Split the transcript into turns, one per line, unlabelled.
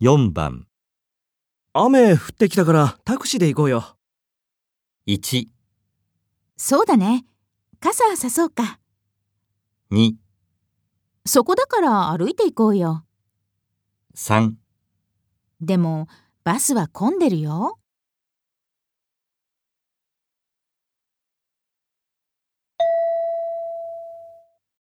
4番
雨降ってきたからタクシーで行こうよ。
1、
そうだね。傘さそうか。
2、
そこだから歩いていこうよ。
3
でも、バスは混んでるよ。